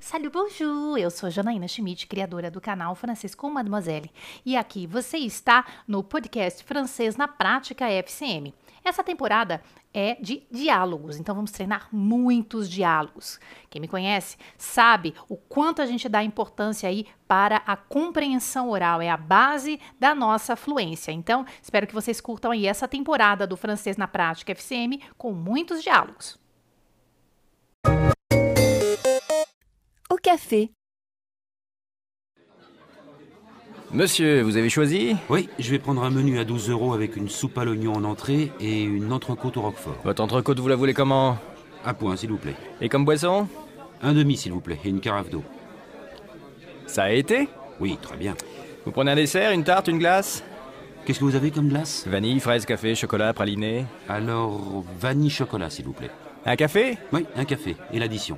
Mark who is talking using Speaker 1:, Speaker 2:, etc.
Speaker 1: Salut, bonjour! Eu sou Janaína Schmidt, criadora do canal Francisco Mademoiselle, e aqui você está no podcast Francês na Prática FCM. Essa temporada é de diálogos, então vamos treinar muitos diálogos. Quem me conhece sabe o quanto a gente dá importância aí para a compreensão oral, é a base da nossa fluência. Então, espero que vocês curtam aí essa temporada do Francês na Prática FCM com muitos diálogos.
Speaker 2: Au café.
Speaker 3: Monsieur, vous avez choisi
Speaker 4: Oui, je vais prendre un menu à 12 euros avec une soupe à l'oignon en entrée et une entrecôte au roquefort.
Speaker 3: Votre entrecôte, vous la voulez comment
Speaker 4: À point, s'il vous plaît.
Speaker 3: Et comme boisson
Speaker 4: Un demi, s'il vous plaît, et une carafe d'eau.
Speaker 3: Ça a été
Speaker 4: Oui, très bien.
Speaker 3: Vous prenez un dessert, une tarte, une glace
Speaker 4: Qu'est-ce que vous avez comme glace
Speaker 3: Vanille, fraise, café, chocolat, praliné.
Speaker 4: Alors, vanille chocolat, s'il vous plaît.
Speaker 3: Un café
Speaker 4: Oui, un café et l'addition.